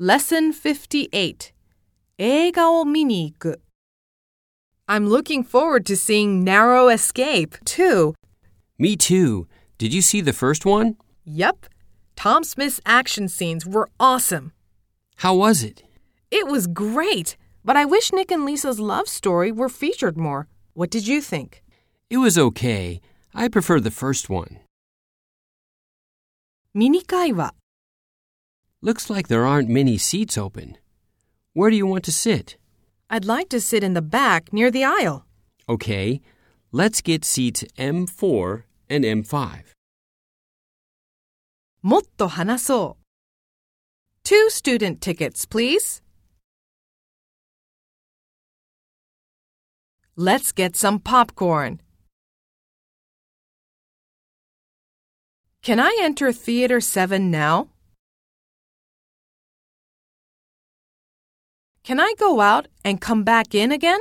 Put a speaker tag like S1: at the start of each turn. S1: Lesson 58映画を見に行く I'm looking forward to seeing Narrow Escape, too.
S2: Me too. Did you see the first one?
S1: Yep. Tom Smith's action scenes were awesome.
S2: How was it?
S1: It was great, but I wish Nick and Lisa's love story were featured more. What did you think?
S2: It was okay. I prefer the first one.
S1: ミニ会話
S2: Looks like there aren't many seats open. Where do you want to sit?
S1: I'd like to sit in the back near the aisle.
S2: Okay, let's get seats M4 and M5.
S1: もっと話そう Two student tickets, please. Let's get some popcorn. Can I enter Theater 7 now? Can I go out and come back in again?